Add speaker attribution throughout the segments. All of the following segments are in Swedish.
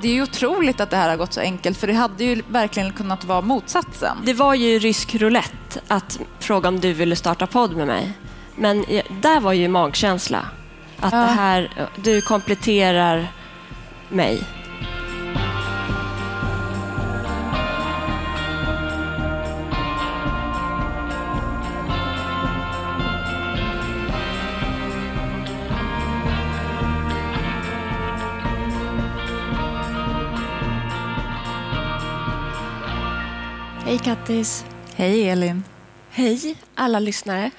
Speaker 1: det är ju otroligt att det här har gått så enkelt, för det hade ju verkligen kunnat vara motsatsen.
Speaker 2: Det var ju rysk roulette att fråga om du ville starta podd med mig. Men jag- där var ju magkänsla. Att det här, du kompletterar mig. Hej Kattis.
Speaker 1: Hej Elin.
Speaker 2: Hej alla lyssnare.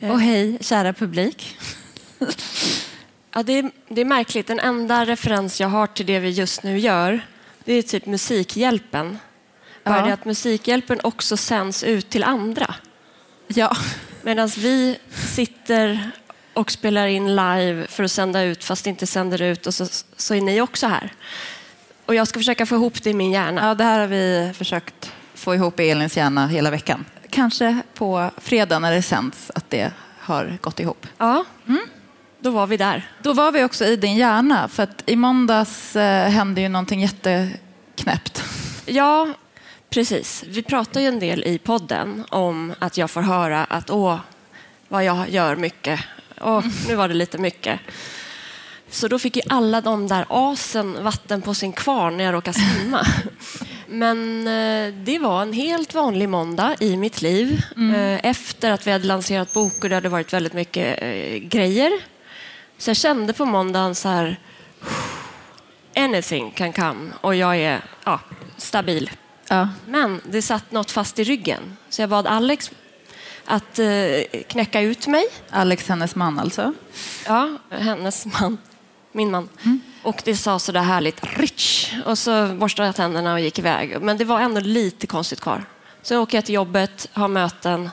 Speaker 2: Eh.
Speaker 3: Och hej, kära publik.
Speaker 2: Ja, det, är, det är märkligt. Den enda referens jag har till det vi just nu gör, det är typ Musikhjälpen. Bara
Speaker 3: Ja.
Speaker 2: det att Musikhjälpen också sänds ut till andra.
Speaker 3: Ja,
Speaker 2: Medan vi sitter och spelar in live för att sända ut, fast inte sänder ut, och så, så är ni också här. Och jag ska försöka få ihop det i min hjärna.
Speaker 1: Ja, det här har vi försökt få ihop i Elins hjärna hela veckan. Kanske på fredag när det sänds att det har gått ihop.
Speaker 2: Ja,
Speaker 1: Mm.
Speaker 2: då var vi där.
Speaker 1: Då var vi också i din hjärna, för att i måndags eh, hände ju någonting jätteknäppt.
Speaker 2: Ja, precis. Vi pratar ju en del i podden om att jag får höra att åh, vad jag gör mycket. Åh, nu var det lite mycket. Så då fick ju alla de där asen vatten på sin kvarn när jag råkade simma. Men eh, det var en helt vanlig måndag i mitt liv. Eh, Efter att vi hade lanserat bok och det hade varit väldigt mycket eh, grejer. Så jag kände på måndagen så här, anything can come och jag är ja, stabil.
Speaker 1: Ja.
Speaker 2: Men det satt något fast i ryggen, så jag bad Alex att eh, knäcka ut mig.
Speaker 1: Alex, hennes man alltså.
Speaker 2: Ja, hennes man, min man. Och det sa så där härligt rich och så borstade jag tänderna och gick iväg. Men det var ändå lite konstigt kvar. Så jag åker jag till jobbet, har möten,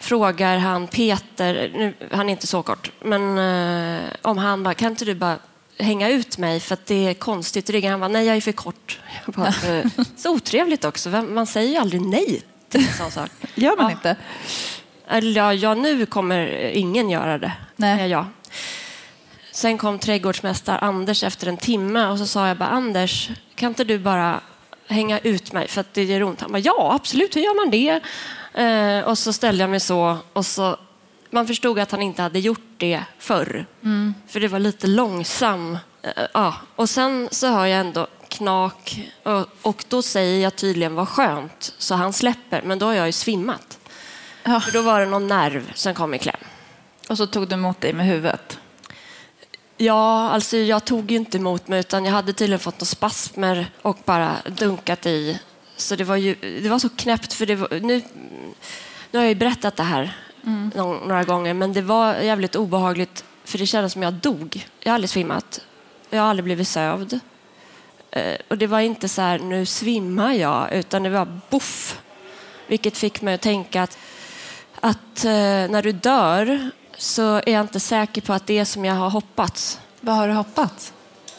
Speaker 2: frågar han Peter, nu, han är inte så kort, men eh, om han bara, kan inte du bara hänga ut mig för att det är konstigt i ryggen? Han bara, nej jag är för kort. Jag bara, eh, så otrevligt också, Vem- man säger ju aldrig nej till en sån sak.
Speaker 1: Gör man
Speaker 2: Ja.
Speaker 1: inte?
Speaker 2: Eller ja, ja, nu kommer eh, ingen göra det.
Speaker 1: Nej.
Speaker 2: säger jag. Sen kom trädgårdsmästare Anders efter en timme och så sa jag bara Anders, kan inte du bara hänga ut mig för att det gör ont? Han bara, ja absolut, hur gör man det? Eh, och så ställde jag mig så och så man förstod att han inte hade gjort det förr. För det var lite långsam. Eh, ja. Och sen så hör jag ändå knak och, och då säger jag tydligen vad skönt så han släpper men då har jag ju svimmat.
Speaker 1: Ja.
Speaker 2: För då var det någon nerv som kom i kläm.
Speaker 1: Och så tog du emot dig med huvudet.
Speaker 2: Ja, alltså jag tog ju inte emot mig utan jag hade tydligen fått några spasmer och bara dunkat i. Så det var ju det var så knäppt för det var, nu, nu har jag ju berättat det här någon, några gånger men det var jävligt obehagligt för det kändes som jag dog. Jag har aldrig svimmat. Jag har aldrig blivit sövd. Eh, Och det var inte så här nu svimmar jag utan det var boff. Vilket fick mig att tänka att att eh, när du dör så är jag inte säker på att det är som jag har hoppats.
Speaker 1: Vad har du hoppats?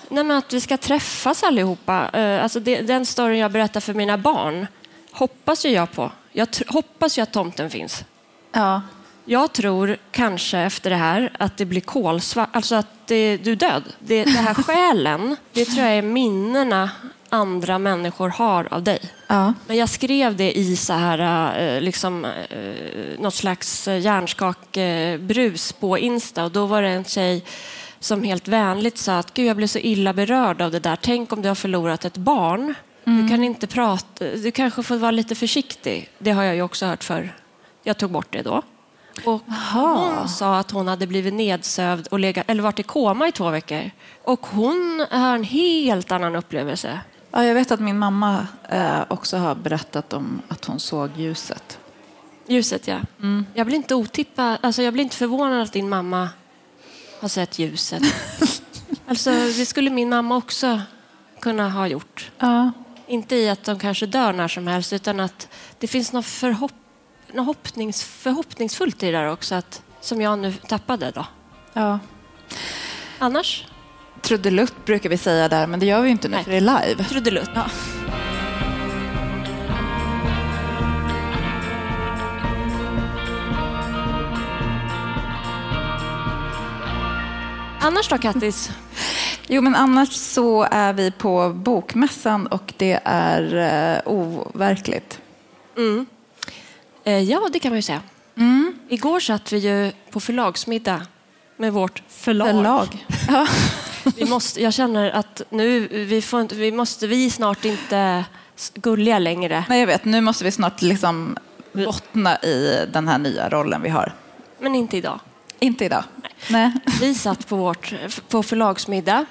Speaker 2: Nej, men att vi ska träffas allihopa. Eh, alltså det, den storyn jag berättar för mina barn hoppas ju jag på. Jag tr- hoppas ju att tomten finns.
Speaker 1: Ja.
Speaker 2: Jag tror kanske efter det här att det blir kolsvart, alltså att det, du är död. Det, det här själen, det tror jag är minnena andra människor har av dig.
Speaker 1: ja.
Speaker 2: Men jag skrev det i så här, eh, liksom, eh, något slags hjärnskakbrus på Insta och då var det en tjej som helt vänligt sa att Gud, jag blev så illa berörd av det där. Tänk om du har förlorat ett barn. Du kan inte prata. Du kanske får vara lite försiktig. Det har jag ju också hört för. Jag tog bort det då. Och hon sa att hon hade blivit nedsövd och legat, eller varit i koma i två veckor. Och hon har en helt annan upplevelse.
Speaker 1: Ja, jag vet att min mamma eh, också har berättat om att hon såg ljuset.
Speaker 2: Ljuset, ja. Jag blir inte otippad, alltså jag blir inte förvånad att din mamma har sett ljuset. alltså, det skulle min mamma också kunna ha gjort.
Speaker 1: Ja.
Speaker 2: Inte i att de kanske dör när som helst, utan att det finns något, förhopp, något hoppnings, förhoppningsfullt i det där också, att, som jag nu tappade då.
Speaker 1: ja.
Speaker 2: Annars,
Speaker 1: Trudelutt brukar vi säga där, men det gör vi ju inte nu
Speaker 2: Nej.
Speaker 1: för det är live.
Speaker 2: trudelutt.
Speaker 1: Ja.
Speaker 2: Annars då, Kattis?
Speaker 1: Jo, men annars så är vi på bokmässan och det är eh, overkligt.
Speaker 2: Eh, ja, det kan man ju säga. Igår satt vi ju på förlagsmiddag med vårt förlag.
Speaker 1: Förlag. Ja.
Speaker 2: Vi måste, jag känner att nu vi får inte, vi måste vi är snart inte s- gulliga längre.
Speaker 1: Nej, jag vet. Nu måste vi snart liksom bottna i den här nya rollen vi har.
Speaker 2: Men inte idag.
Speaker 1: Inte idag. Nej.
Speaker 2: Vi satt på, vårt, på förlagsmiddag.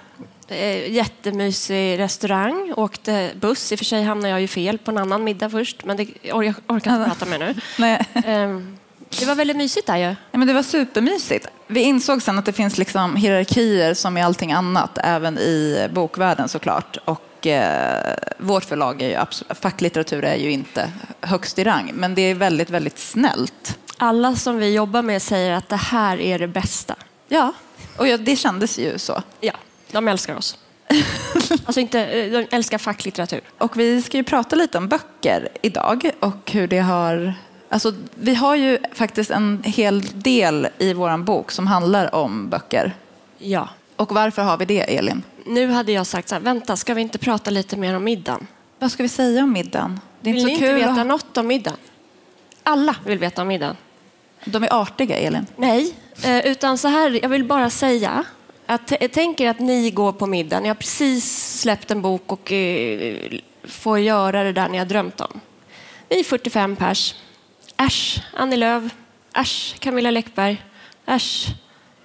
Speaker 2: Eh, Jättemysig restaurang. Åkte buss. I och för sig hamnade jag ju fel på en annan middag först. Men det or- jag orkar inte prata med nu.
Speaker 1: Nej.
Speaker 2: Ehm, Det var väldigt mysigt där ju.
Speaker 1: Nej, men det var supermysigt. Vi insåg sen att det finns liksom hierarkier som i allting annat, även i bokvärlden såklart. Och eh, vårt förlag, är ju absolut, facklitteratur, är ju inte högst i rang, men det är väldigt, väldigt snällt.
Speaker 2: Alla som vi jobbar med säger att det här är det bästa.
Speaker 1: Ja, och ja, det kändes ju så.
Speaker 2: Ja, de älskar oss. Alltså inte, eh, de älskar facklitteratur.
Speaker 1: Och vi ska ju prata lite om böcker idag och hur det har... Alltså, vi har ju faktiskt en hel del i vår bok som handlar om böcker.
Speaker 2: Ja.
Speaker 1: Och varför har vi det, Elin?
Speaker 2: Nu hade jag sagt så här, vänta, ska vi inte prata lite mer om middagen?
Speaker 1: Vad ska vi säga om middagen? Det är
Speaker 2: Vill
Speaker 1: inte
Speaker 2: ni
Speaker 1: så
Speaker 2: inte
Speaker 1: kul. att-
Speaker 2: veta något om middagen? Alla vill veta om middagen.
Speaker 1: De är artiga, Elin.
Speaker 2: Nej, eh, utan så här, jag vill bara säga att t- tänk er att ni går på middagen. Jag har precis släppt en bok och eh, får göra det där ni har drömt om. Vi är 45 pers. Äsch, Annie Lööf. Äsch, Camilla Läckberg. Äsch,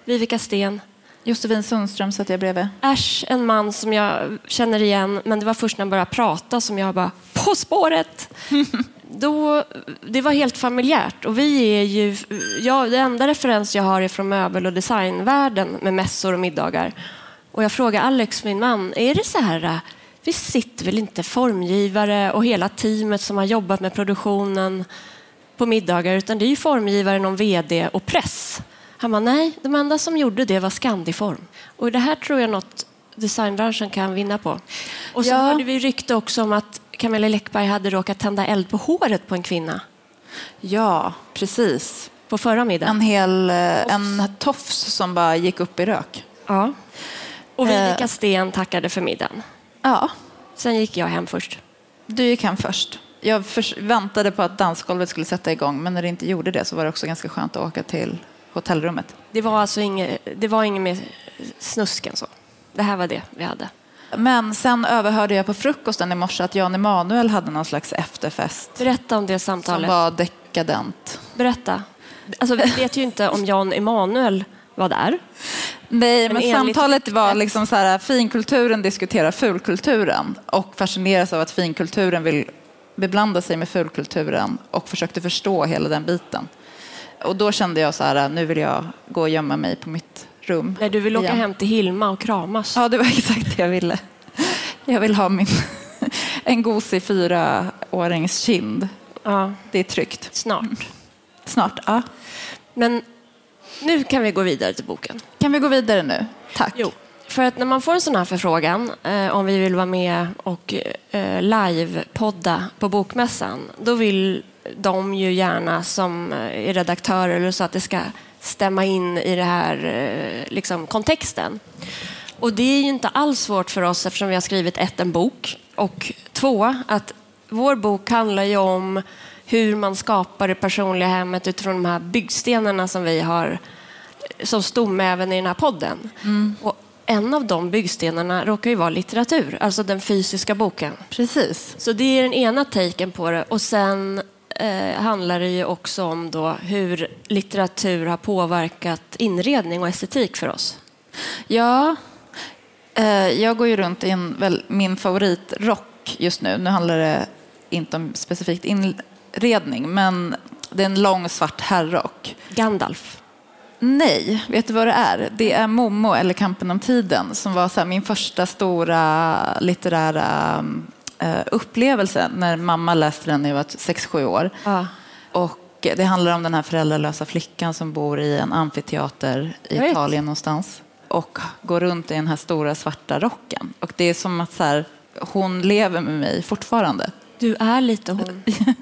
Speaker 2: Vivica Sten.
Speaker 1: Josefin Sundström satt jag bredvid.
Speaker 2: Äsch, en man som jag känner igen, men det var först när han började prata som jag bara, På spåret! Då, det var helt familjärt. Och vi är ju, ja, det enda referens jag har är från möbel och designvärlden med mässor och middagar. Och jag frågar Alex, min man, är det så här, äh, vi sitter väl inte formgivare och hela teamet som har jobbat med produktionen på middagar, utan det är ju formgivaren om vd och press. Han bara, nej, de enda som gjorde det var Scandiform. Och det här tror jag något designbranschen kan vinna på. Och så
Speaker 1: Ja.
Speaker 2: hörde vi rykte också om att Camilla Läckberg hade råkat tända eld på håret på en kvinna
Speaker 1: Ja, precis.
Speaker 2: på förra middagen.
Speaker 1: En hel eh, en tofs som bara gick upp i rök.
Speaker 2: Ja. Och Vivica
Speaker 1: Eh.
Speaker 2: Sten tackade för middagen.
Speaker 1: Ja,
Speaker 2: Sen gick jag hem först.
Speaker 1: du gick hem först. Jag förs- väntade på att dansgolvet skulle sätta igång, men när det inte gjorde det så var det också ganska skönt att åka till hotellrummet.
Speaker 2: Det var alltså inget, det var inget mer snusk än så. Det här var det vi hade.
Speaker 1: Men sen överhörde jag på frukosten i morse att Jan Emanuel hade någon slags efterfest
Speaker 2: Berätta om det
Speaker 1: som
Speaker 2: samtalet.
Speaker 1: var dekadent.
Speaker 2: Berätta. Alltså, vi vet ju inte om Jan Emanuel var där.
Speaker 1: Nej, men,
Speaker 2: enligt-
Speaker 1: samtalet var liksom så här, finkulturen diskuterar fulkulturen och fascineras av att finkulturen vill beblanda sig med fulkulturen och försökte förstå hela den biten. Och då kände jag så här, äh, nu vill jag gå och gömma mig på mitt rum.
Speaker 2: Nej, du vill åka
Speaker 1: igen.
Speaker 2: hem till Hilma och kramas.
Speaker 1: Ja, det var exakt det jag ville. Jag vill ha min, en gosig fyraårings kind.
Speaker 2: Ja,
Speaker 1: Det är tryggt.
Speaker 2: snart.
Speaker 1: Snart, ja.
Speaker 2: Men nu kan vi gå vidare till boken.
Speaker 1: Kan vi gå vidare nu? Tack.
Speaker 2: Jo, för att när man får en sån här förfrågan eh, om vi vill vara med och eh, livepodda på Bokmässan, då vill de ju gärna som eh, är redaktörer eller så att det ska stämma in i det här eh, liksom, kontexten. Och det är ju inte alls svårt för oss eftersom vi har skrivit ett, en bok och två, att vår bok handlar ju om hur man skapar det personliga hemmet utifrån de här byggstenarna som vi har som stomme även i den här podden. Och en av de byggstenarna råkar ju vara litteratur, alltså den fysiska boken.
Speaker 1: Precis.
Speaker 2: Så det är den ena taken på det. Och sen eh, handlar det ju också om då hur litteratur har påverkat inredning och estetik för oss.
Speaker 1: Ja, eh, jag går ju runt i en, väl, min favoritrock just nu. Nu handlar det inte om specifikt inredning, men det är en lång svart herrrock.
Speaker 2: Gandalf.
Speaker 1: Nej, vet du vad det är? Det är Momo eller Kampen om tiden som var så här, min första stora litterära eh, upplevelse när mamma läste den när jag var 6-7 år.
Speaker 2: Ja.
Speaker 1: Och det handlar om den här föräldralösa flickan som bor i en amfiteater i
Speaker 2: Jag vet.
Speaker 1: Italien någonstans och går runt i den här stora svarta rocken. Och det är som att så här, hon lever med mig fortfarande.
Speaker 2: Du är lite hon. Mm.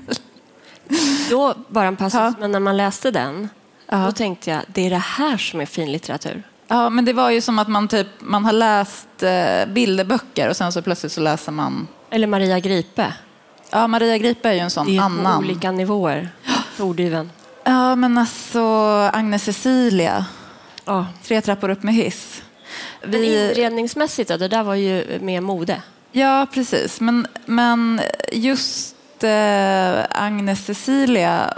Speaker 2: då, bara en passus,
Speaker 1: Ja.
Speaker 2: men när man läste den,
Speaker 1: Ja.
Speaker 2: då tänkte jag det är det här som är fin litteratur.
Speaker 1: Ja, men det var ju som att man, typ, man har läst eh, bilderböcker och sen så plötsligt så läser man...
Speaker 2: Eller Maria Gripe.
Speaker 1: Ja, Maria Gripe är ju en sån
Speaker 2: Det är ju på
Speaker 1: annan.
Speaker 2: olika nivåer, ordyven.
Speaker 1: Ja, men alltså Agnes Cecilia,
Speaker 2: Ja.
Speaker 1: Tre trappor upp med hiss.
Speaker 2: Men inredningsmässigt, då, det där var ju mer mode.
Speaker 1: Ja, precis. Men, men just eh, Agnes Cecilia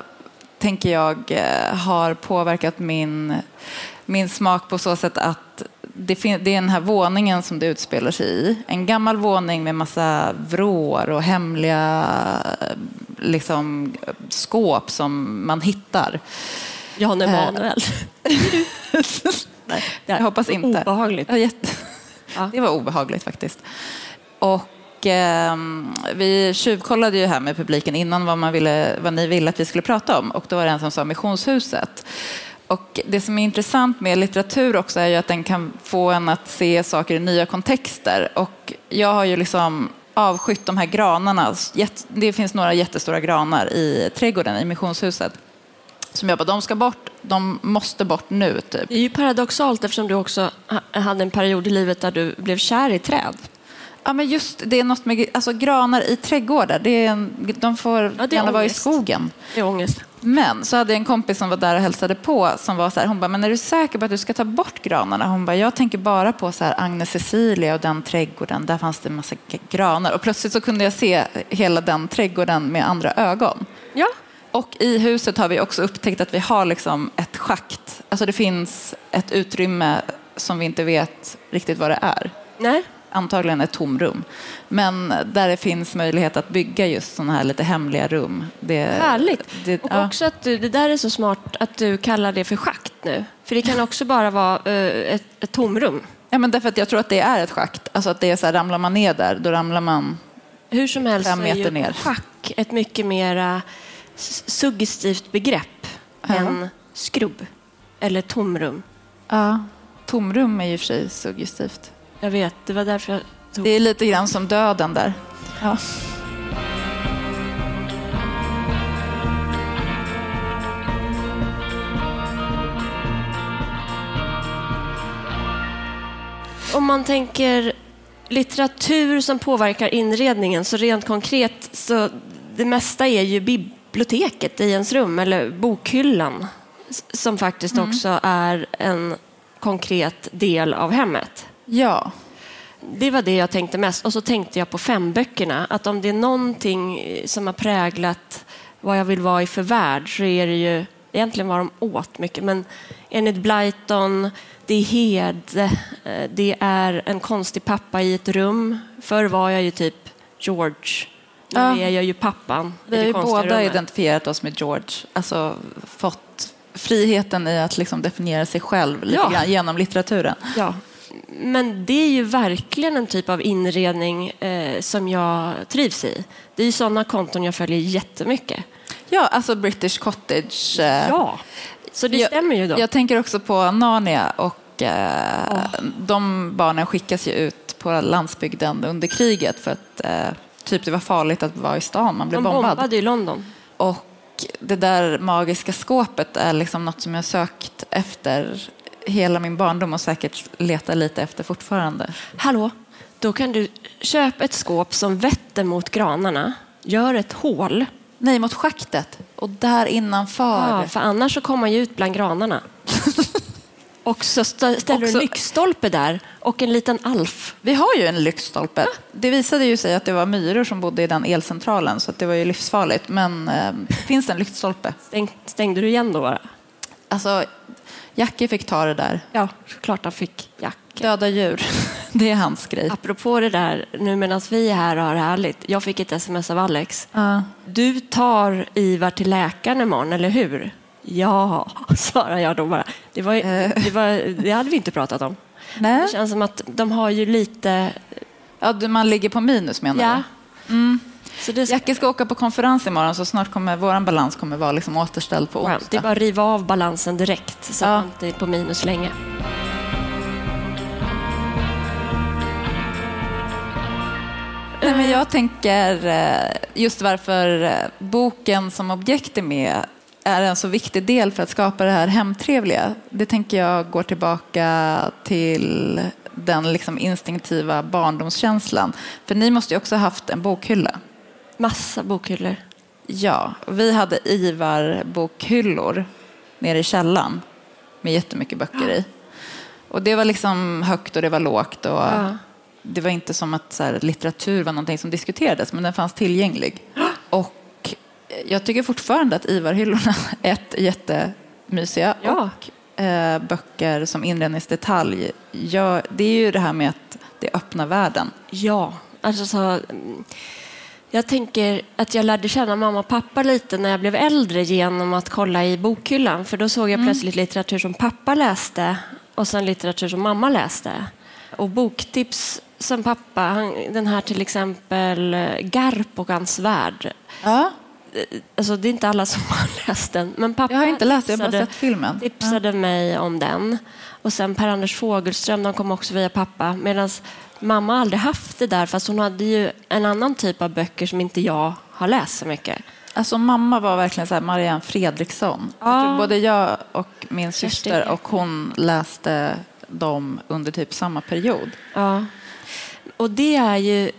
Speaker 1: tänker jag eh, har påverkat min, min smak på så sätt att det, fin- det är den här våningen som det utspelar sig i. En gammal våning med massa vrår och hemliga eh, liksom, skåp som man hittar.
Speaker 2: Jan Emanuel. Eh. Nej, det här-
Speaker 1: Jag hoppas inte.
Speaker 2: Obehagligt.
Speaker 1: Ja, jätte...
Speaker 2: Ja.
Speaker 1: Det var obehagligt faktiskt. Och ehm, vi tjuvkollade ju här med publiken innan vad, man ville, vad ni ville att vi skulle prata om och då var det en som sa missionshuset. Och det som är intressant med litteratur också är ju att den kan få en att se saker i nya kontexter. Och jag har ju liksom avskytt de här granarna. Jätte- Det finns några jättestora granar i trädgården i missionshuset. Som jag bara, de ska bort, de måste bort nu typ.
Speaker 2: Det är ju paradoxalt eftersom du också ha- hade en period i livet där du blev kär i träd.
Speaker 1: Ja, men just det är något med alltså, granar i trädgårdar. Det är en, de får
Speaker 2: Ja, det är
Speaker 1: gärna vara i
Speaker 2: ångest.
Speaker 1: skogen.
Speaker 2: Det är ångest.
Speaker 1: Men så hade jag en kompis som var där och hälsade på som var så här, hon bara, men är du säker på att du ska ta bort granarna? Hon bara, jag tänker bara på så här Agnes Cecilia och den trädgården, där fanns det en massa g- granar. Och plötsligt så kunde jag se hela den trädgården med andra ögon.
Speaker 2: Ja.
Speaker 1: Och i huset har vi också upptäckt att vi har liksom ett schakt, alltså det finns ett utrymme som vi inte vet riktigt vad det är
Speaker 2: Nej.
Speaker 1: antagligen ett tomrum. Men där det finns möjlighet att bygga just sådana här lite hemliga rum. Det,
Speaker 2: Härligt.
Speaker 1: Det,
Speaker 2: och
Speaker 1: ja.
Speaker 2: också att du, det där är så smart att du kallar det för schakt nu. För det kan också bara vara eh, ett, ett tomrum.
Speaker 1: ja, men därför att jag tror att det är ett schakt. Alltså att det är så här, ramlar man ner där, då ramlar man...
Speaker 2: Hur som helst
Speaker 1: Fem
Speaker 2: så är ju
Speaker 1: meter ner.
Speaker 2: schack ett mycket mer suggestivt begrepp
Speaker 1: Ja.
Speaker 2: än skrubb eller tomrum.
Speaker 1: Ja. Tomrum är ju i och för sig suggestivt.
Speaker 2: Jag vet, det var därför jag tog...
Speaker 1: Det är lite grann som döden där. Ja.
Speaker 2: Om man tänker litteratur som påverkar inredningen så rent konkret så det mesta är ju biblioteket i ens rum eller bokhyllan s- som faktiskt
Speaker 1: Mm.
Speaker 2: också är en konkret del av hemmet.
Speaker 1: ja.
Speaker 2: Det var det jag tänkte mest. Och så tänkte jag på femböckerna. Att om det är någonting eh, som har präglat vad jag vill vara i för värld så är det ju egentligen vad de åt mycket. Men enligt Blyton, det är Hed, eh, det är en konstig pappa i ett rum. Förr var jag ju typ George. Nu
Speaker 1: Ja.
Speaker 2: är jag ju pappan
Speaker 1: Vi
Speaker 2: i
Speaker 1: har
Speaker 2: det
Speaker 1: ju
Speaker 2: konstiga
Speaker 1: båda
Speaker 2: rummet.
Speaker 1: identifierat oss med George. Alltså fått friheten i att liksom definiera sig själv lite
Speaker 2: Ja.
Speaker 1: grann genom litteraturen.
Speaker 2: Ja. Men det är ju verkligen en typ av inredning eh, som jag trivs i. Det är ju sådana konton jag följer jättemycket.
Speaker 1: Ja, alltså British Cottage. eh,
Speaker 2: Ja, så det stämmer ju då.
Speaker 1: Jag tänker också på Narnia och eh, de barnen skickas ju ut på landsbygden under kriget för att eh, typ det var farligt att vara i stan, man blev
Speaker 2: De
Speaker 1: bombad.
Speaker 2: bombade ju London.
Speaker 1: Och det där magiska skåpet är liksom något som jag sökt efter hela min barndom och säkert letar lite efter fortfarande.
Speaker 2: Hallå, då kan du köpa ett skåp som vetter mot granarna, gör ett hål.
Speaker 1: Nej, mot schaktet och där innanför.
Speaker 2: Ja, för annars så kommer man ju ut bland granarna. och så stä- ställer du
Speaker 1: Också-
Speaker 2: en lyktstolpe där och en liten alf.
Speaker 1: Vi har ju en lyktstolpe.
Speaker 2: Ah.
Speaker 1: Det visade ju sig att det var myror som bodde i den elcentralen så att det var ju livsfarligt. Men eh, finns det en lyktstolpe?
Speaker 2: Stäng, stängde du igen då bara?
Speaker 1: Alltså, Jackie fick ta det där.
Speaker 2: Ja, såklart han fick jack.
Speaker 1: Döda djur, det är hans grej.
Speaker 2: Apropå det där, nu medan vi är här och har det härligt. Jag fick ett sms av Alex.
Speaker 1: Ja.
Speaker 2: Du tar Ivar till läkaren imorgon, eller hur? Ja, svarar jag då bara. Det, var, ju- det, var, det hade vi inte pratat om.
Speaker 1: Nej.
Speaker 2: Det känns som att de har ju lite...
Speaker 1: Ja, du, man ligger på minus menar
Speaker 2: Ja. Mm.
Speaker 1: du?
Speaker 2: Så det,
Speaker 1: Jackie ska åka på konferens imorgon så snart kommer vår balans kommer vara liksom återställd på
Speaker 2: skönt. det är
Speaker 1: onsdag.
Speaker 2: bara att riva av balansen direkt så
Speaker 1: Ja.
Speaker 2: att man inte är på minus länge.
Speaker 1: Nej, men jag tänker eh, just varför eh, boken som objekt är med är en så viktig del för att skapa det här hemtrevliga. Det tänker jag går tillbaka till den liksom instinktiva barndomskänslan. För ni måste ju också ha haft en bokhylla.
Speaker 2: Massa bokhyllor.
Speaker 1: Ja, vi hade Ivar-bokhyllor nere i källan med jättemycket böcker i. Och det var liksom högt och det var lågt. Och
Speaker 2: Ja.
Speaker 1: Det var inte som att så här, litteratur var någonting som diskuterades, men den fanns tillgänglig. Och eh, jag tycker fortfarande att Ivar-hyllorna är ett, jättemysiga.
Speaker 2: Ja.
Speaker 1: Och eh, böcker som inredningsdetalj, jag, det är ju det här med att det öppnar världen.
Speaker 2: Ja, alltså så, mm, jag tänker att jag lärde känna mamma och pappa lite när jag blev äldre genom att kolla i bokhyllan. För då
Speaker 1: Mm.
Speaker 2: såg jag plötsligt litteratur som pappa läste och sen litteratur som mamma läste. Och boktips som pappa, han, den här till exempel eh, Garp och hans värld.
Speaker 1: Ja.
Speaker 2: Eh, Alltså, det är inte alla som har läst den. Men pappa
Speaker 1: Jag har inte läst, jag har bara
Speaker 2: tipsade-
Speaker 1: sett filmen.
Speaker 2: tipsade mig om den. Och sen Per-Anders Fogelström, de kom också via pappa. Medan mamma aldrig haft det där, fast hon hade ju en annan typ av böcker som inte jag har läst så mycket.
Speaker 1: Alltså mamma var verkligen så här Marianne Fredriksson. Jag tror både jag och min syster
Speaker 2: Ekman.
Speaker 1: och hon läste dem under typ samma period.
Speaker 2: Ja. Och det är ju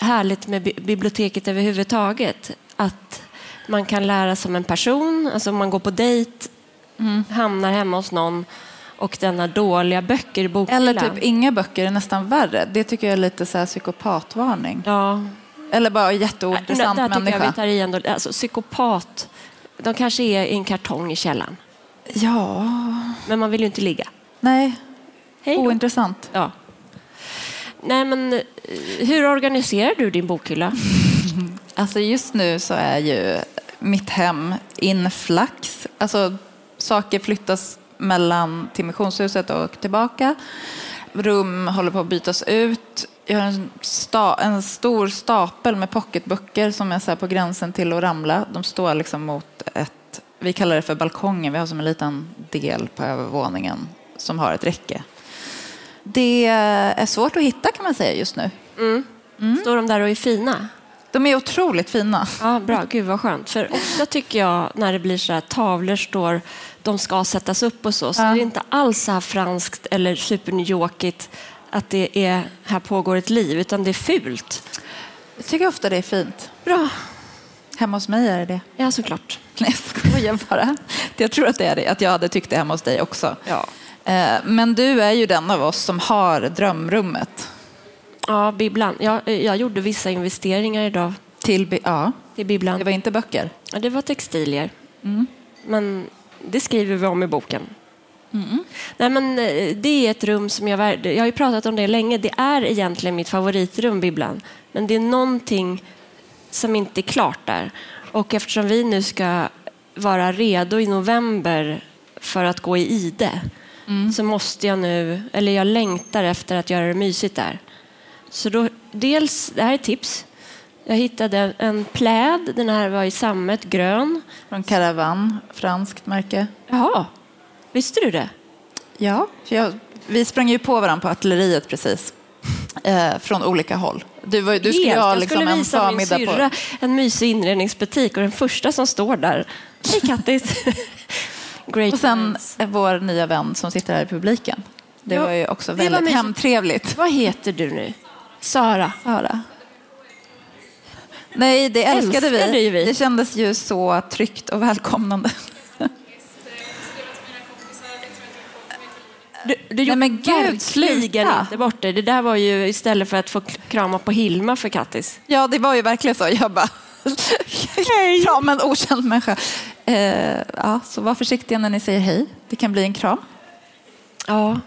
Speaker 2: härligt med bi- biblioteket överhuvudtaget. Att man kan lära som en person. Alltså om man går på dejt,
Speaker 1: Mm.
Speaker 2: hamnar hemma hos någon och den har dåliga böcker i bokhyllan.
Speaker 1: Eller typ inga böcker är nästan värre. Det tycker jag är lite så här psykopatvarning.
Speaker 2: Ja.
Speaker 1: Eller bara
Speaker 2: Nej,
Speaker 1: jätteointressant
Speaker 2: Äh, där tycker jag vi
Speaker 1: människa.
Speaker 2: tar i ändå. Alltså, psykopat, de kanske är i en kartong i källaren.
Speaker 1: Ja,
Speaker 2: Men man vill ju inte ligga.
Speaker 1: nej,
Speaker 2: Hej då.
Speaker 1: ointressant.
Speaker 2: Ja. Nej, men eh, hur organiserar du din bokhylla?
Speaker 1: Alltså just nu så är ju mitt hem inflax. Alltså saker flyttas mellan till missionshuset och tillbaka. Rum håller på att bytas ut. Jag har en, sta, en stor stapel med pocketböcker som är så här på gränsen till att ramla. De står liksom mot ett, vi kallar det för balkongen, vi har som en liten del på övervåningen som har ett räcke. Det är svårt att hitta kan man säga just nu.
Speaker 2: Står de där och är fina?
Speaker 1: De är otroligt fina.
Speaker 2: Mm. Ja, bra. Gud, vad skönt. För ofta tycker jag när det blir så här tavlor står, de ska sättas upp och så, så det är inte alls så här franskt eller supernewyorkigt att det är, här pågår ett liv, utan det är fult.
Speaker 1: Jag tycker ofta det är fint.
Speaker 2: Bra.
Speaker 1: Hemma hos mig är det det.
Speaker 2: Ja, såklart.
Speaker 1: Nej, jag skojar bara. Jag tror att det är det, att jag hade tyckt det hemma hos dig också.
Speaker 2: Ja.
Speaker 1: Eh, Men du är ju den av oss som har drömrummet.
Speaker 2: Ja, bibblan. Jag, jag gjorde vissa investeringar idag
Speaker 1: Till, bi- ja, det
Speaker 2: till bibblan.
Speaker 1: var inte böcker.
Speaker 2: Ja, det var textilier. Men det skriver vi om i boken. Nej, men eh, det är ett rum som jag... ver- Jag har ju pratat om det länge. Det är egentligen mitt favoritrum, bibblan. Men det är någonting som inte är klart där. Och eftersom vi nu ska vara redo i november för att gå i ide så måste jag nu... Eller jag längtar efter att göra det mysigt där. Så då, dels, det här är tips. Jag hittade en pläd. Den här var i sammet, grön.
Speaker 1: Från Caravan, franskt märke.
Speaker 2: Jaha, visste du det?
Speaker 1: Ja, för jag, vi sprang ju på varandra på artilleriet precis. Eh, från olika håll. Du, var, ju- du skulle
Speaker 2: Helt.
Speaker 1: ju ha
Speaker 2: jag
Speaker 1: liksom
Speaker 2: skulle
Speaker 1: en
Speaker 2: visa min
Speaker 1: förmiddag
Speaker 2: syrra
Speaker 1: på...
Speaker 2: en mysig inredningsbutik och den första som står där, hej Kattis! Great
Speaker 1: Och sen
Speaker 2: minds.
Speaker 1: eh, vår nya vän som sitter här i publiken. Det
Speaker 2: Ja,
Speaker 1: var ju också
Speaker 2: det var
Speaker 1: väldigt
Speaker 2: mysigt.
Speaker 1: hemtrevligt.
Speaker 2: Vad heter du nu? Sara.
Speaker 1: Sara? Nej, det älskade vi.
Speaker 2: Älskade ju vi.
Speaker 1: Det kändes ju så tryggt och välkomnande.
Speaker 2: Du, du gjorde
Speaker 1: men gud,
Speaker 2: verkligen
Speaker 1: sluta.
Speaker 2: inte bort dig. Det där var ju istället för att få krama på Hilma för Kattis.
Speaker 1: Ja, det var ju verkligen så. Jag bara... Kram en okänd människa. Eh, ja, så var försiktiga när ni säger hej. Det kan bli en kram.
Speaker 2: Ja,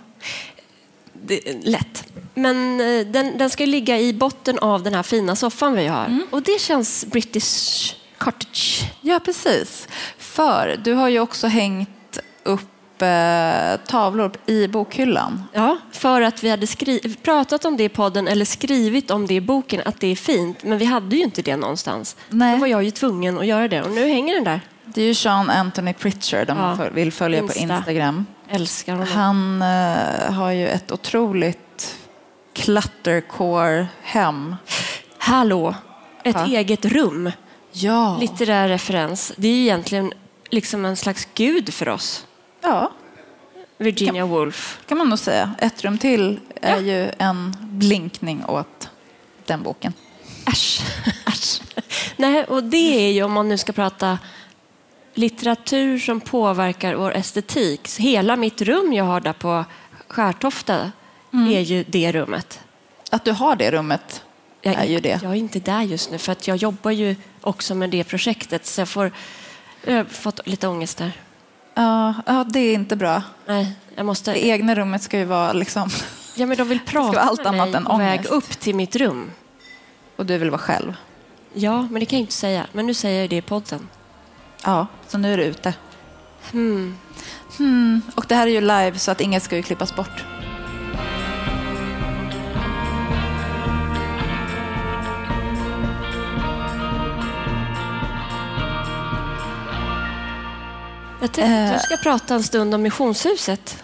Speaker 2: det är lätt. Men eh, den, den ska ju ligga i botten av den här fina soffan vi har.
Speaker 1: Mm.
Speaker 2: Och det känns British cottage.
Speaker 1: Ja, precis. För du har ju också hängt upp eh, tavlor i bokhyllan.
Speaker 2: Ja, för att vi hade skri- pratat om det i podden eller skrivit om det i boken, att det är fint. Men vi hade ju inte det någonstans.
Speaker 1: Nej.
Speaker 2: Då var jag ju tvungen att göra det och nu hänger den där.
Speaker 1: Det är ju Sean Anthony Pritchard, om
Speaker 2: Ja,
Speaker 1: man vill följa på
Speaker 2: Insta.
Speaker 1: Instagram.
Speaker 2: Älskar
Speaker 1: Mm.
Speaker 2: honom.
Speaker 1: Han eh, har ju ett otroligt cluttercore-hem.
Speaker 2: Hallå! Ett
Speaker 1: Ja.
Speaker 2: eget rum.
Speaker 1: Ja.
Speaker 2: Litterär referens. Det är ju egentligen liksom en slags gud för oss.
Speaker 1: Ja,
Speaker 2: Virginia Woolf.
Speaker 1: kan man nog säga. Ett rum till är
Speaker 2: Ja.
Speaker 1: ju en blinkning åt den boken.
Speaker 2: Äsch. Nej, och det är ju, om man nu ska prata litteratur som påverkar vår estetik. Så Hela mitt rum jag har där på Skärtofta
Speaker 1: Mm.
Speaker 2: är ju det rummet.
Speaker 1: Att du har det rummet
Speaker 2: Jag
Speaker 1: är ju det.
Speaker 2: Jag är inte där just nu, för att jag jobbar ju också med det projektet. Så jag, får, jag har fått lite ångest där.
Speaker 1: Ja, ja, det är inte bra.
Speaker 2: Nej, jag måste...
Speaker 1: Det egna rummet ska ju vara liksom...
Speaker 2: Ja, men de vill prata
Speaker 1: vara allt
Speaker 2: med
Speaker 1: annat
Speaker 2: mig
Speaker 1: än
Speaker 2: på väg
Speaker 1: ångest.
Speaker 2: upp till mitt rum.
Speaker 1: Och du vill vara själv.
Speaker 2: Ja, men det kan jag inte säga. Men nu säger jag det i podden.
Speaker 1: Ja, så nu är du ute. Hmm, Och det här är ju live så att inget ska ju klippas bort.
Speaker 2: Jag tänkte
Speaker 1: Eh.
Speaker 2: att jag ska prata en stund om missionshuset.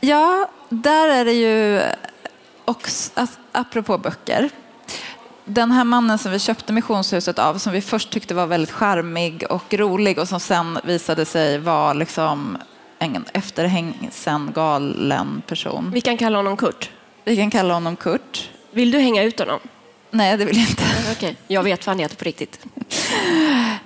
Speaker 1: Ja, där är det ju också, as- apropå böcker. Den här mannen som vi köpte missionshuset av, som vi först tyckte var väldigt charmig och rolig och som sen visade sig vara liksom en efterhängsen galen person.
Speaker 2: Vi kan kalla honom Kurt.
Speaker 1: Vi kan kalla honom Kurt.
Speaker 2: Vill du hänga ut honom?
Speaker 1: Nej, det vill jag inte.
Speaker 2: Okej, jag vet vad han heter på riktigt.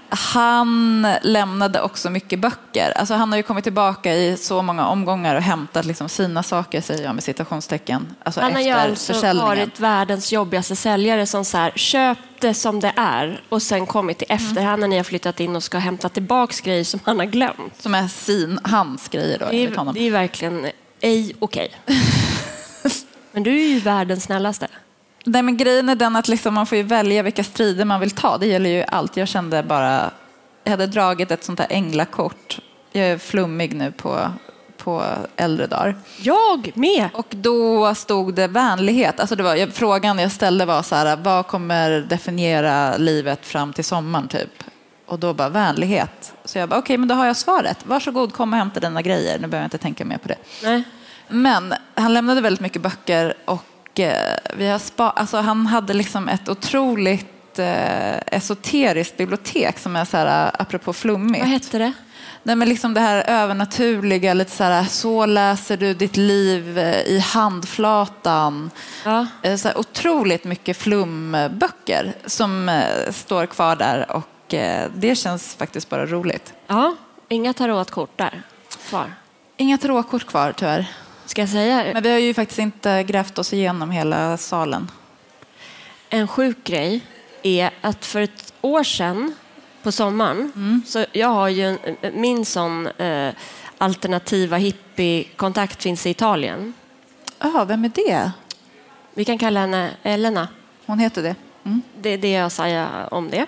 Speaker 1: Han lämnade också mycket böcker. Alltså han har ju kommit tillbaka i så många omgångar och hämtat liksom sina saker, säger jag med citationstecken. Alltså
Speaker 2: Han har ju
Speaker 1: efter
Speaker 2: alltså
Speaker 1: försäljningen.
Speaker 2: varit världens jobbigaste säljare som så här, köp det som det är och sen kommit i efterhand när ni har flyttat in och ska hämta tillbaks grejer som han har glömt.
Speaker 1: Som är sin, hans grejer då,
Speaker 2: Det
Speaker 1: enligt
Speaker 2: är,
Speaker 1: honom.
Speaker 2: det är verkligen ej okej. Men du är ju världens snällaste.
Speaker 1: Nej, men grejen är den att liksom man får ju välja vilka strider man vill ta. Det gäller ju allt. Jag kände bara... Jag hade dragit ett sånt här änglakort. Jag är flummig nu på, på äldre dagar.
Speaker 2: Jag med!
Speaker 1: Och då stod det vänlighet. Alltså det var, jag, frågan jag ställde var så här, vad kommer definiera livet fram till sommaren typ? Och då bara vänlighet. Så jag bara, okej, men då har jag svaret. Varsågod, kom och hämta dina grejer. Nu behöver jag inte tänka mer på det.
Speaker 2: Nej.
Speaker 1: Men han lämnade väldigt mycket böcker och eh, vi har spa- alltså, han hade liksom ett otroligt eh, esoteriskt bibliotek som är så här, eh, apropå flummigt.
Speaker 2: Vad hette det?
Speaker 1: Nej, men liksom det här övernaturliga, lite så här, eh, så läser du ditt liv eh, i handflatan.
Speaker 2: Ja.
Speaker 1: Eh, Så här, otroligt mycket flumböcker som eh, står kvar där och eh, det känns faktiskt bara roligt.
Speaker 2: ja. Inga tarotkort där kvar.
Speaker 1: Inga tarotkort kvar tyvärr.
Speaker 2: Ska jag säga
Speaker 1: Men vi har ju faktiskt inte grävt oss igenom hela salen.
Speaker 2: en sjuk grej är att för ett år sedan på sommaren, så jag har ju en, min sån eh, alternativa hippie-kontakt finns i Italien.
Speaker 1: Ja, vem är det?
Speaker 2: Vi kan kalla henne Elena.
Speaker 1: Hon heter det. Mm.
Speaker 2: Det är det jag säger om det.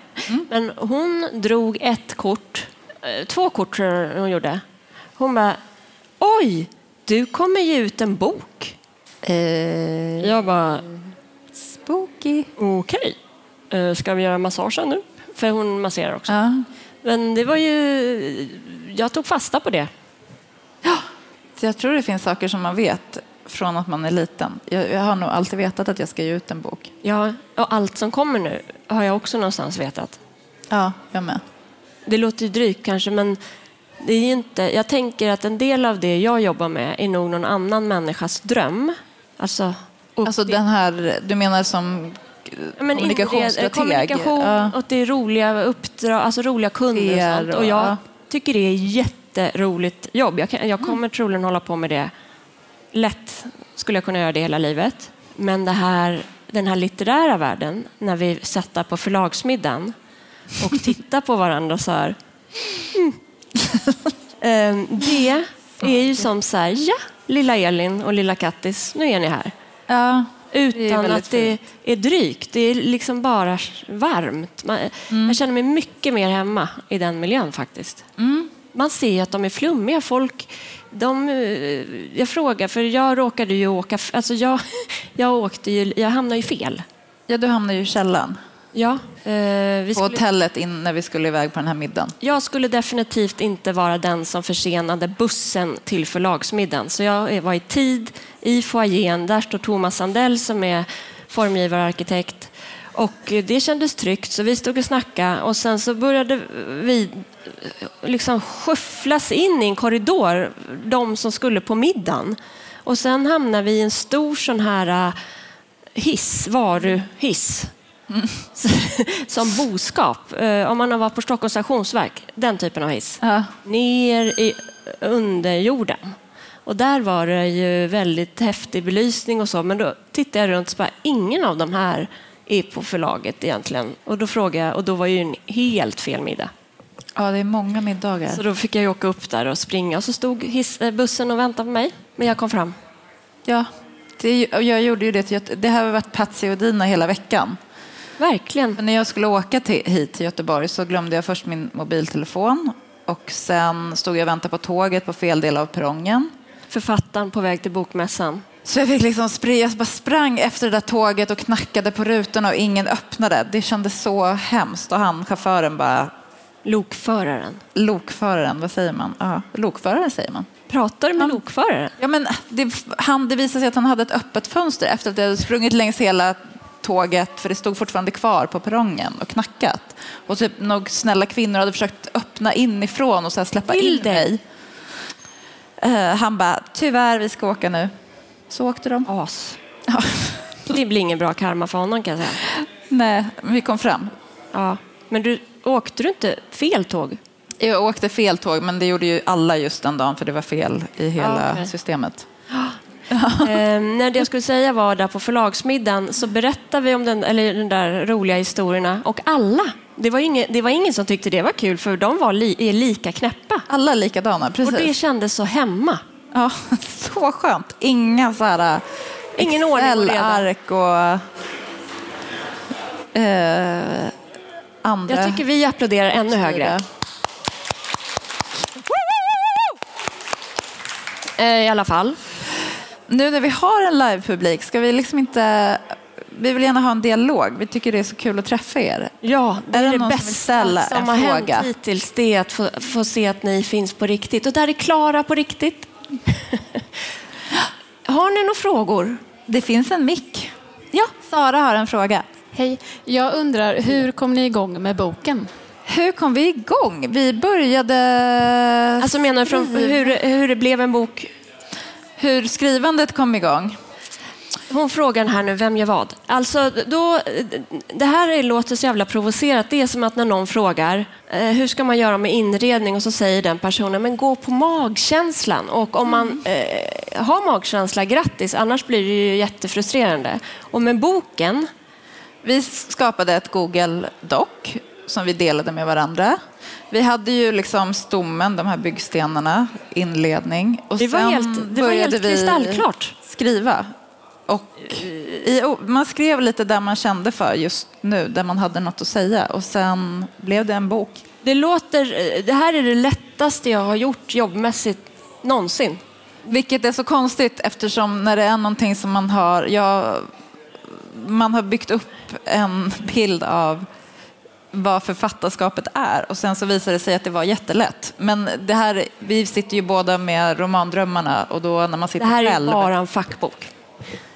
Speaker 2: Men hon drog ett kort, eh, två kort tror jag hon gjorde. Hon bara, oj, du kommer ge ut en bok. Jag bara,
Speaker 1: Eh, spooky.
Speaker 2: okej, eh, ska vi göra massagen nu? För hon masserar också.
Speaker 1: Ja.
Speaker 2: Men det var ju... Jag tog fasta på det.
Speaker 1: Så jag tror det finns saker som man vet från att man är liten. Jag, jag har nog alltid vetat att jag ska ge ut en bok.
Speaker 2: Ja, och allt som kommer nu har jag också någonstans vetat.
Speaker 1: Ja, jag med.
Speaker 2: Det låter ju drygt kanske, men det är ju inte... Jag tänker att en del av det jag jobbar med är nog någon annan människas dröm. Alltså, och-
Speaker 1: Alltså den här, du menar som
Speaker 2: Ja, men
Speaker 1: kommunikationsstrateg?
Speaker 2: inred- Kommunikation
Speaker 1: Ja.
Speaker 2: och det är roliga uppdrag, alltså roliga kunder och
Speaker 1: PR
Speaker 2: sånt.
Speaker 1: och-
Speaker 2: Och
Speaker 1: ja. Mm.
Speaker 2: jag tycker det är jätteroligt jobb. Jag, kan, jag kommer troligen hålla på med det lätt, skulle jag kunna göra det hela livet. Men det här, den här litterära världen, när vi satt där på förlagsmiddagen och tittade på varandra så här. Mm. Ehm, det är ju som så här, ja, lilla Elin och lilla Kattis, nu är ni här.
Speaker 1: Ja. Det är
Speaker 2: Utan
Speaker 1: väldigt
Speaker 2: att det är drygt. Det är liksom bara varmt. Man,
Speaker 1: Mm.
Speaker 2: Jag känner mig mycket mer hemma i den miljön faktiskt.
Speaker 1: Mm.
Speaker 2: Man ser ju att de är flummiga. Folk, de, eh, jag frågar, för jag råkade ju åka... f- Alltså jag, jag, åkte ju, jag hamnade ju fel.
Speaker 1: ja, du hamnade ju i källaren
Speaker 2: Ja, eh, vi
Speaker 1: på
Speaker 2: skulle,
Speaker 1: hotellet in när vi skulle iväg på den här middagen.
Speaker 2: jag skulle definitivt inte vara den som försenade bussen till förlagsmiddagen. Så jag var i tid i foajén. Där står Thomas Sandell som är formgivare och arkitekt. Och eh, det kändes tryggt, så vi stod och snackade. Och sen så började vi eh, liksom skyfflas in i en korridor, de som skulle på middagen. Och sen hamnade vi i en stor sån här eh, hiss, varuhiss. som boskap, eh, om man har varit på Stockholms stationsverk, den typen av hiss
Speaker 1: Ja.
Speaker 2: ner i underjorden. Och där var det ju väldigt häftig belysning och så, men då tittade jag runt och bara, ingen av de här är på förlaget egentligen. Och då frågade jag, och då var ju en helt fel middag.
Speaker 1: ja, det är många middagar.
Speaker 2: Så då fick jag ju åka upp där och springa och så stod hiss, eh, bussen och väntade på mig, men jag kom fram.
Speaker 1: Ja, det, är ju- och jag gjorde ju det. till Göte- Det här har varit Patsy och Dina hela veckan.
Speaker 2: Verkligen.
Speaker 1: Men när jag skulle åka till, hit till Göteborg så glömde jag först min mobiltelefon och sen stod jag och väntade på tåget på fel del av perrongen.
Speaker 2: Författaren på väg till bokmässan.
Speaker 1: Så jag fick liksom springa, jag bara sprang efter det där tåget och knackade på rutorna och ingen öppnade. Det kändes så hemskt och han, chauffören bara,
Speaker 2: Lokföraren.
Speaker 1: lokföraren, vad säger man? Ja, lokföraren säger man.
Speaker 2: Pratar du med lokföraren?
Speaker 1: Ja, men det, han, det visade sig att han hade ett öppet fönster efter att jag hade sprungit längs hela tåget, för det stod fortfarande kvar på perrongen och knackat. Och typ nog snälla kvinnor hade försökt öppna inifrån och så här släppa
Speaker 2: Vill
Speaker 1: in
Speaker 2: dig.
Speaker 1: mig. Eh, han bara, tyvärr, vi ska åka nu. Så åkte de.
Speaker 2: As. Det blir ingen bra karma för honom kan jag säga.
Speaker 1: Nej, men vi kom fram.
Speaker 2: Ja, men du åkte du inte fel tåg?
Speaker 1: Jag åkte fel tåg, men det gjorde ju alla just den dagen, för det var fel i hela
Speaker 2: Ja, okej.
Speaker 1: systemet.
Speaker 2: eh, när det jag skulle säga var där på förlagsmiddagen så berättade vi om den, eller den där roliga historierna och alla, det var, ingen, det var ingen som tyckte det var kul för de var li, är lika knäppa.
Speaker 1: Alla är likadana,
Speaker 2: Och
Speaker 1: precis.
Speaker 2: det kändes så hemma.
Speaker 1: Ja, så skönt. Inga så här äh,
Speaker 2: Ingen ordning och reda.
Speaker 1: Excel-ark och eh, andra.
Speaker 2: Jag tycker vi applåderar ännu högre. Eh, I alla fall.
Speaker 1: Nu när vi har en livepublik ska vi liksom inte... Vi vill gärna ha en dialog. Vi tycker det är så kul att träffa er.
Speaker 2: Ja, det
Speaker 1: Är
Speaker 2: är,
Speaker 1: det
Speaker 2: det,
Speaker 1: någon som vill ställa
Speaker 2: bästa som
Speaker 1: en
Speaker 2: har
Speaker 1: fråga?
Speaker 2: hänt hittills. Det är att få, få se att ni finns på riktigt. Och där är Klara på riktigt. har ni några frågor?
Speaker 1: Det finns en mick.
Speaker 2: Ja.
Speaker 1: Sara har en fråga.
Speaker 4: Hej. Jag undrar, hur kom ni igång med boken?
Speaker 1: Hur kom vi igång? Vi började...
Speaker 2: Alltså menar du från hur, hur det blev en bok?
Speaker 1: Hur skrivandet kom igång?
Speaker 2: Hon frågar här nu, vem gör vad? Alltså, då, det här är- låter så jävla provocerat. Det är som att när någon frågar, eh, hur ska man göra med inredning? Och så säger den personen, men gå på magkänslan. Och om man
Speaker 1: Mm.
Speaker 2: eh, har magkänsla, grattis, annars blir det ju jättefrustrerande. Och med boken,
Speaker 1: Vi skapade ett Google Doc som vi delade med varandra. Vi hade ju liksom stommen, de här byggstenarna, inledning. Och
Speaker 2: Det var
Speaker 1: sen
Speaker 2: helt- det var
Speaker 1: började
Speaker 2: helt
Speaker 1: vi
Speaker 2: kristallklart.
Speaker 1: skriva. Och i, o- man skrev lite där man kände för just nu, där man hade något att säga. Och sen blev det en bok.
Speaker 2: det låter, eh, det här är det lättaste jag har gjort jobbmässigt någonsin.
Speaker 1: Vilket är så konstigt eftersom när det är någonting som man har, ja, man har byggt upp en bild av vad författarskapet är och sen så visar det sig att det var jättelätt. Men det här, vi sitter ju båda med romandrömmarna och då när man
Speaker 2: Det
Speaker 1: sitter
Speaker 2: här är
Speaker 1: själv.
Speaker 2: bara en fackbok.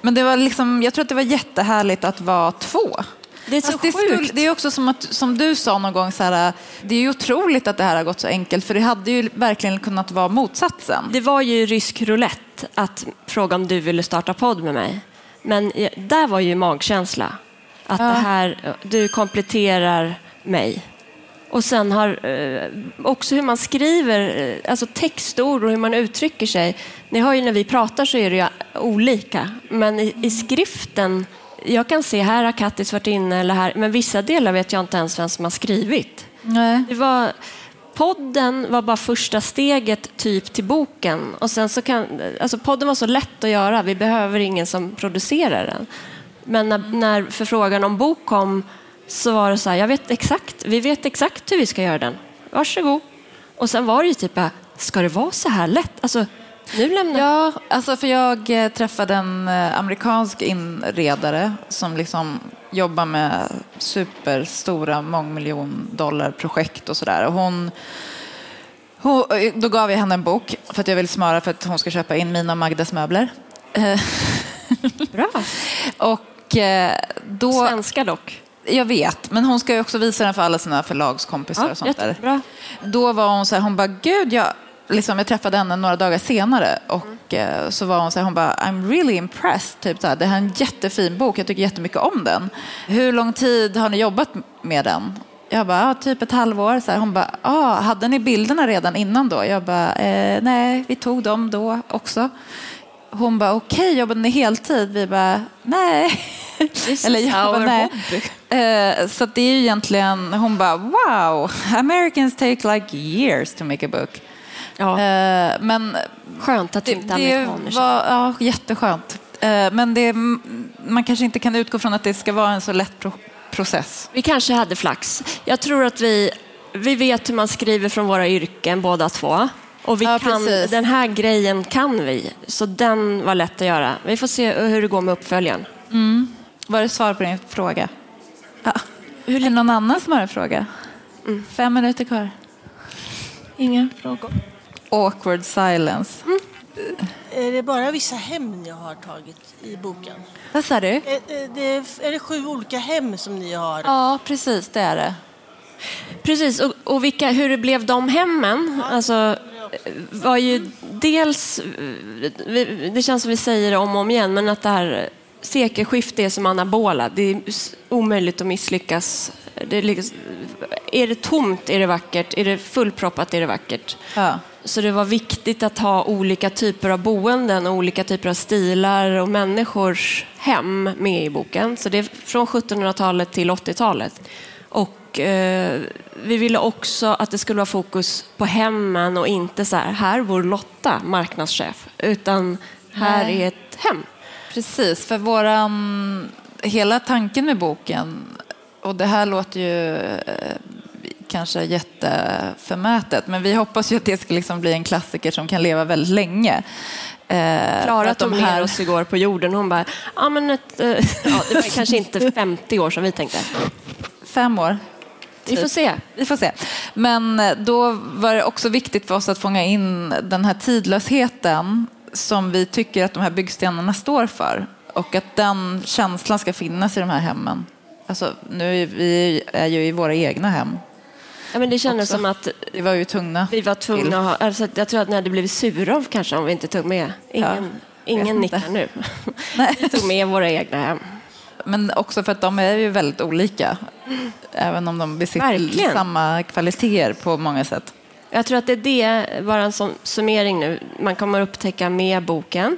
Speaker 1: Men det var liksom, jag tror att det var jättehärligt att vara två.
Speaker 2: Det är så
Speaker 1: Fast det,
Speaker 2: sjukt.
Speaker 1: det är också som, att, som du sa någon gång, så här, det är ju otroligt att det här har gått så enkelt för det hade ju verkligen kunnat vara motsatsen.
Speaker 2: Det var ju rysk roulette att fråga om du ville starta podd med mig. Men jag- där var ju magkänsla. Att det här, du kompletterar mig. Och sen har eh, också hur man skriver, eh, alltså textord och hur man uttrycker sig. Ni hör ju när vi pratar så är det ju olika. Men i, i skriften, jag kan se här har Kattis varit inne eller här, men vissa delar vet jag inte ens vem som har skrivit.
Speaker 1: Nej.
Speaker 2: Det var, podden var bara första steget typ till boken. Och sen så kan, alltså podden var så lätt att göra, vi behöver ingen som producerar den. Men när, när förfrågan om bok kom så var det så här, jag vet exakt, vi vet exakt hur vi ska göra den. Varsågod. Och sen var det ju typ, bara, ska det vara så här lätt? Alltså, nu lämnar
Speaker 1: Ja, alltså för jag eh, träffade en eh, amerikansk inredare som liksom jobbar med superstora mångmiljondollarprojekt och sådär. Och Hon, hon, eh, då gav jag henne en bok för att jag vill smöra för att hon ska köpa in mina och Magdas möbler. Eh,
Speaker 2: Bra.
Speaker 1: och eh, då...
Speaker 2: Svenska dock.
Speaker 1: Jag vet, men hon ska ju också visa den för alla sina förlagskompisar
Speaker 2: Ja,
Speaker 1: och sånt där.
Speaker 2: jättebra.
Speaker 1: Då var hon så här, hon bara, gud, jag, liksom, jag träffade henne några dagar senare och
Speaker 2: Mm.
Speaker 1: eh, så var hon så här, hon bara, I'm really impressed, typ så här, det här är en jättefin bok, jag tycker jättemycket om den. Hur lång tid har ni jobbat med den? Jag bara, ja, typ ett halvår. Så här, hon bara, ah, hade ni bilderna redan innan då? Jag bara, eh, nej, vi tog dem då också. Hon bara, okej, jobbade ni heltid? Vi bara, nej.
Speaker 2: is
Speaker 1: Eller jag bara,
Speaker 2: our
Speaker 1: nej. Eh, Så att det är ju egentligen, hon bara, wow, Americans take like years to make a book.
Speaker 2: Ja.
Speaker 1: Eh, Men
Speaker 2: Skönt att
Speaker 1: det,
Speaker 2: inte
Speaker 1: det
Speaker 2: amerikaner känner.
Speaker 1: var ja, jätteskönt. Eh, Men det, man kanske inte kan utgå från att det ska vara en så lätt pro- process.
Speaker 2: Vi kanske hade flax. Jag tror att vi, vi vet hur man skriver från våra yrken båda två. Och vi
Speaker 1: Ja,
Speaker 2: kan,
Speaker 1: precis.
Speaker 2: den här grejen kan vi, så den var lätt att göra. Vi får se hur det går med uppföljaren.
Speaker 1: Var det svar på din fråga? Ja. Mm. Är det någon annan som har en fråga? Fem minuter kvar.
Speaker 2: Inga frågor.
Speaker 1: Awkward silence.
Speaker 5: Är det bara vissa hem jag har tagit i boken?
Speaker 1: Vad sa du?
Speaker 5: Är, är, det, är det sju olika hem som ni har?
Speaker 1: Ja, precis, det är det.
Speaker 2: Precis, och, och vilka, hur det blev de hemmen alltså, eh, var ju dels, eh, vi- det känns som vi säger det om och om igen, men att det här sekelskiftet är som anabola. Det är s- omöjligt att misslyckas. Det är, liksom, är det tomt är det vackert, är det fullproppat är det vackert.
Speaker 1: Ja.
Speaker 2: Så det var viktigt att ha olika typer av boenden och olika typer av stilar och människors hem med i boken. Så det är från 1700-talet till 80-talet. Och eh, vi ville också att det skulle vara fokus på hemmen och inte så här, här bor Lotta, marknadschef, utan här
Speaker 1: Nej.
Speaker 2: är ett hem.
Speaker 1: Precis, för våran, hela tanken med boken, och det här låter ju eh, kanske jätteförmätet, men vi hoppas ju att det ska liksom bli en klassiker som kan leva väldigt länge. Eh, för
Speaker 2: Klara
Speaker 1: att de
Speaker 2: tog
Speaker 1: här-
Speaker 2: ner oss igår på jorden. Hon bara, ja men ett, eh, ja, det var kanske inte 50 år som vi tänkte. Typ.
Speaker 1: Fem år.
Speaker 2: Vi får se.
Speaker 1: Vi får se. Men eh, då var det också viktigt för oss att fånga in den här tidlösheten som vi tycker att de här byggstenarna står för. Och att den känslan ska finnas i de här hemmen. Alltså, nu är vi är ju i våra egna hem.
Speaker 2: Ja, men det kändes
Speaker 1: Också.
Speaker 2: som att
Speaker 1: Vi var ju tvungna.
Speaker 2: Vi var
Speaker 1: till.
Speaker 2: tvungna att ha... Alltså, jag tror att ni hade blivit sura av kanske om vi inte tog med. Ingen, ingen
Speaker 1: vet inte.
Speaker 2: nickar nu.
Speaker 1: Nej.
Speaker 2: Vi tog med våra egna hem.
Speaker 1: Men också för att de är ju väldigt olika. Även om de besitter
Speaker 2: Verkligen.
Speaker 1: samma kvaliteter på många sätt.
Speaker 2: Jag tror att det är det, bara en sån summering nu, man kommer att upptäcka med boken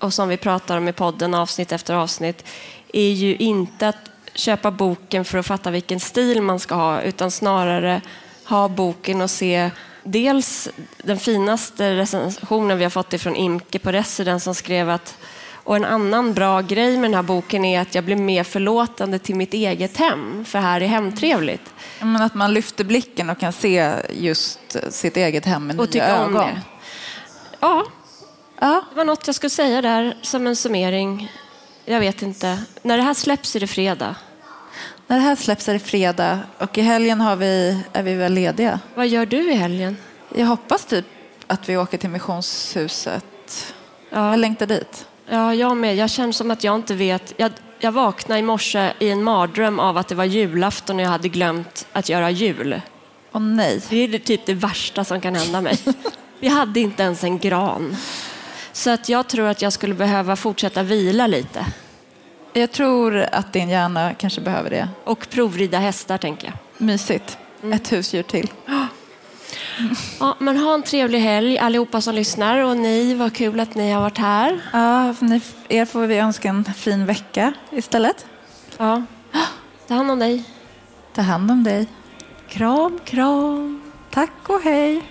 Speaker 2: och som vi pratar om i podden avsnitt efter avsnitt är ju inte att köpa boken för att fatta vilken stil man ska ha utan snarare ha boken och se dels den finaste recensionen vi har fått ifrån Imke på Resident som skrev att och en annan bra grej med den här boken är att jag blir mer förlåtande till mitt eget hem, för här är hemtrevligt.
Speaker 1: Men att man lyfter blicken och kan se just sitt eget hem med
Speaker 2: Och
Speaker 1: nya
Speaker 2: tycka om
Speaker 1: ögon.
Speaker 2: det. Ja,
Speaker 1: Ja.
Speaker 2: Det var något jag skulle säga där som en summering. Jag vet inte. När det här släpps är det fredag.
Speaker 1: När det här släpps är det fredag och i helgen har vi, är vi väl lediga.
Speaker 2: Vad gör du i helgen?
Speaker 1: Jag hoppas typ att vi åker till missionshuset.
Speaker 2: Ja.
Speaker 1: Jag längtar dit.
Speaker 2: Ja, jag med. Jag känner som att jag inte vet. Jag, jag vaknade i morse i en mardröm av att det var julafton och jag hade glömt att göra jul.
Speaker 1: Åh nej.
Speaker 2: Det är det typ det värsta som kan hända mig. Vi hade inte ens en gran. Så att jag tror att jag skulle behöva fortsätta vila lite.
Speaker 1: Jag tror att din hjärna kanske behöver det.
Speaker 2: Och provrida hästar, tänker jag.
Speaker 1: Mysigt.
Speaker 2: Mm.
Speaker 1: Ett husdjur till.
Speaker 2: Ja, men ha en trevlig helg, allihopa som lyssnar. Och ni, vad kul att ni har varit här.
Speaker 1: Ja, för ni- er får vi önska en fin vecka istället.
Speaker 2: Ja. Ta hand om dig.
Speaker 1: Ta hand om dig.
Speaker 2: Kram, kram.
Speaker 1: Tack och hej.